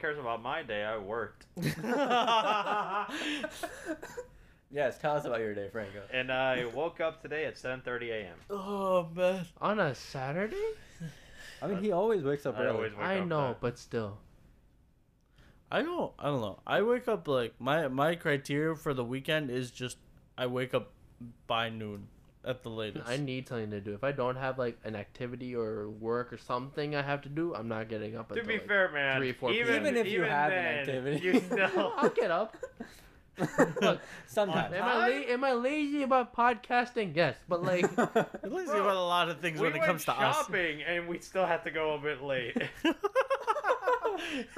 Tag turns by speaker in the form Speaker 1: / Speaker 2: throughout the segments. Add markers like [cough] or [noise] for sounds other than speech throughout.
Speaker 1: cares about my day. I
Speaker 2: [laughs]
Speaker 1: worked. [laughs]
Speaker 2: yes, tell us about your day, Franco.
Speaker 1: and I woke up today at 7:30 a.m.
Speaker 3: Oh man.
Speaker 4: On a Saturday?
Speaker 2: I mean, he always wakes up
Speaker 1: I
Speaker 2: early. [laughs]
Speaker 1: always wake
Speaker 4: I
Speaker 1: up
Speaker 4: know,
Speaker 1: that-
Speaker 4: but still.
Speaker 3: I don't. I don't know. I wake up like my my criteria for the weekend is just I wake up by noon at the latest.
Speaker 4: I need something to do. If I don't have like an activity or work or something I have to do, I'm not getting up.
Speaker 1: To
Speaker 4: until,
Speaker 1: be
Speaker 4: like-
Speaker 1: fair, man,
Speaker 4: three, four
Speaker 1: even,
Speaker 2: Even if you have an
Speaker 1: then,
Speaker 2: activity.
Speaker 1: you still.
Speaker 2: [laughs]
Speaker 4: I'll
Speaker 1: [laughs]
Speaker 4: get up. Look,
Speaker 2: Sometimes.
Speaker 4: am I la- am I lazy about podcasting? Yes,
Speaker 2: [laughs]
Speaker 4: but
Speaker 1: [laughs]
Speaker 4: like
Speaker 3: At least
Speaker 1: Bro,
Speaker 3: about a lot of things
Speaker 1: we
Speaker 3: when it
Speaker 1: went
Speaker 3: comes to [laughs]
Speaker 1: shopping and we still had to go a bit
Speaker 4: [laughs]
Speaker 1: late.
Speaker 3: us.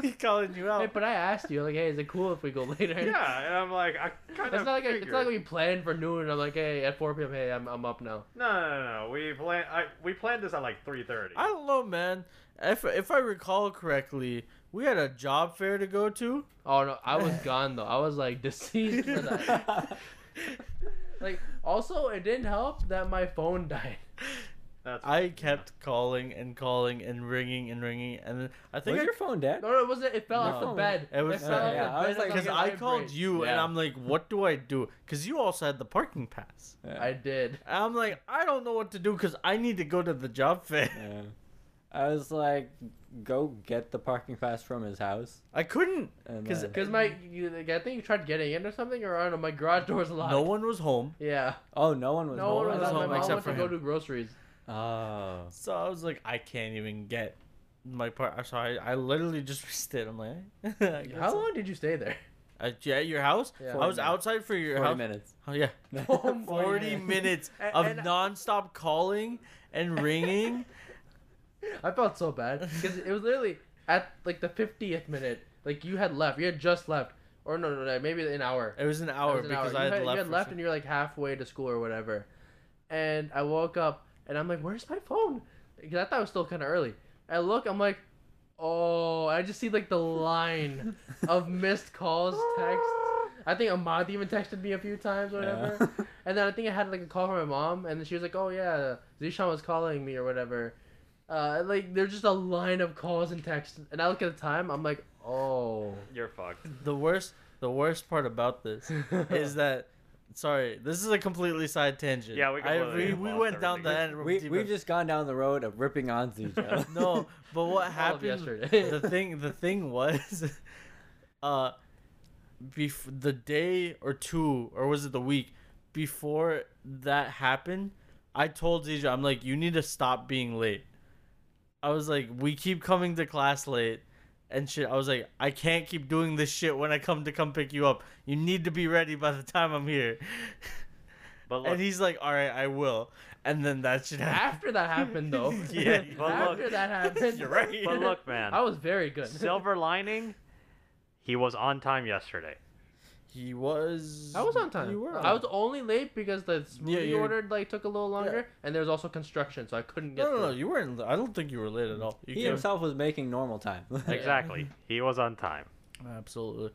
Speaker 3: He's calling you
Speaker 4: Hey,
Speaker 1: [laughs]
Speaker 3: out.
Speaker 4: but I asked you, like, hey, is it cool if we go [laughs] later?
Speaker 1: yeah, and I'm like, I kind
Speaker 4: It's
Speaker 1: of.
Speaker 4: not like I, it's
Speaker 1: figured.
Speaker 4: not like we planned for noon. And I'm like, hey, at 4 p.m. Hey, I'm, I'm up now.
Speaker 1: No, no, no, no. We plan. I we planned this at like 3:30.
Speaker 3: I don't know, man. If if I recall correctly, we had a job fair to go to.
Speaker 4: Oh no,
Speaker 1: [laughs]
Speaker 4: I was gone though. I was like deceased. For that. like, also, it didn't help that my phone died. [laughs]
Speaker 1: That's
Speaker 3: I kept calling and calling and ringing and ringing, and then I think
Speaker 2: Was
Speaker 3: I
Speaker 2: your phone dead?
Speaker 4: No, no, it wasn't. It fell off
Speaker 2: No.
Speaker 4: the bed.
Speaker 3: It was-
Speaker 4: fell off
Speaker 2: yeah,
Speaker 4: the
Speaker 2: I was
Speaker 4: bed
Speaker 2: like-
Speaker 4: and
Speaker 3: Because
Speaker 4: it
Speaker 3: I
Speaker 4: vibrated.
Speaker 3: called you and
Speaker 2: Yeah.
Speaker 3: I'm like, what do I do? Because you also had the parking pass.
Speaker 2: Yeah.
Speaker 3: [laughs]
Speaker 4: I did.
Speaker 3: And I'm like, I don't know what to do because I need to go to the job fair.
Speaker 2: Yeah. I was like, go get the parking pass from his house.
Speaker 3: [laughs] I couldn't
Speaker 2: And
Speaker 3: because
Speaker 2: then-
Speaker 4: Cause my, you, like, I think you tried getting in or something, or I don't know. My garage door was locked.
Speaker 3: no one was home.
Speaker 4: Yeah.
Speaker 2: Oh, no one was.
Speaker 4: No one was
Speaker 3: was
Speaker 4: home. My
Speaker 3: home
Speaker 4: mom
Speaker 3: except
Speaker 4: went
Speaker 3: for
Speaker 4: to go
Speaker 3: him.
Speaker 4: do groceries.
Speaker 2: Oh.
Speaker 3: So I was like, I can't even get my part. So I, I literally just [laughs] rested. I'm like, I guess
Speaker 4: How long did you stay there? [laughs]
Speaker 3: I- At, yeah, your house?
Speaker 4: Yeah.
Speaker 3: I
Speaker 2: Forty
Speaker 3: was
Speaker 2: minutes.
Speaker 3: outside for your
Speaker 2: 40
Speaker 3: house.
Speaker 2: minutes.
Speaker 3: Oh, yeah.
Speaker 4: [laughs]
Speaker 3: [laughs]
Speaker 4: Oh,
Speaker 3: 40 minutes
Speaker 4: [laughs] And-
Speaker 3: of
Speaker 4: and-
Speaker 3: nonstop calling
Speaker 4: [laughs]
Speaker 3: and ringing.
Speaker 4: I felt so bad because it was literally at like the 50th minute. Like you had left. You had just left, or no, no, no maybe an hour.
Speaker 3: It was an
Speaker 4: It
Speaker 3: hour
Speaker 4: was an
Speaker 3: because
Speaker 4: hour.
Speaker 3: I
Speaker 4: you
Speaker 3: had,
Speaker 4: You
Speaker 3: left.
Speaker 4: had
Speaker 3: for
Speaker 4: left,
Speaker 3: some-
Speaker 4: and you're like halfway to school or whatever. And I woke up, and I'm like, "Where's my phone?" Because I thought it was still kind of early. I look, I'm like, "Oh!" I just see like the line of missed calls, texts. I think Ahmad even texted me a few times, or whatever.
Speaker 2: Yeah.
Speaker 4: And then I think I had like a call from my mom, and then she was like, "Oh yeah, Zishan was calling me or whatever." Uh, like there's just a line of calls and texts, and I look at the time. I'm like, "Oh."
Speaker 1: you're fucked.
Speaker 3: the worst the worst part
Speaker 4: [laughs]
Speaker 3: about this is that sorry this is a completely side tangent
Speaker 1: Yeah, we
Speaker 3: I,
Speaker 1: completely
Speaker 3: we, we
Speaker 1: lost
Speaker 3: went down the
Speaker 1: everything.
Speaker 2: [laughs]
Speaker 3: end
Speaker 2: We, we've just gone down the road of ripping on each other.
Speaker 3: [laughs] no but what happened
Speaker 4: yesterday.
Speaker 3: the thing the thing [laughs] was uh bef- the day or two or was it the week before that happened i told Zija, i'm like you need to stop being late i was like we keep coming to class late and shit i was like i can't keep doing this shit when i come to come pick you up you need to be ready by the time i'm here
Speaker 1: But look,
Speaker 3: and he's like all right i will and then that shit happened
Speaker 4: After that happened, [laughs] though.
Speaker 3: [laughs] yeah
Speaker 1: But look-
Speaker 4: After that happened,
Speaker 3: you're right
Speaker 1: but [laughs] look,
Speaker 2: [laughs]
Speaker 1: man.
Speaker 4: I was very good.
Speaker 1: silver lining. He was on time yesterday.
Speaker 3: He was.
Speaker 4: I was on time.
Speaker 3: You were.
Speaker 4: I was only late because the smoothie
Speaker 3: Yeah, you-
Speaker 4: ordered like took a little longer, and there was also construction, so I couldn't get.
Speaker 3: No, no, no.
Speaker 4: through.
Speaker 3: You weren't. I don't think you were late at all. You
Speaker 2: he
Speaker 3: came-
Speaker 2: himself was making normal time.
Speaker 4: Yeah.
Speaker 1: Exactly. He was on time.
Speaker 3: Absolutely.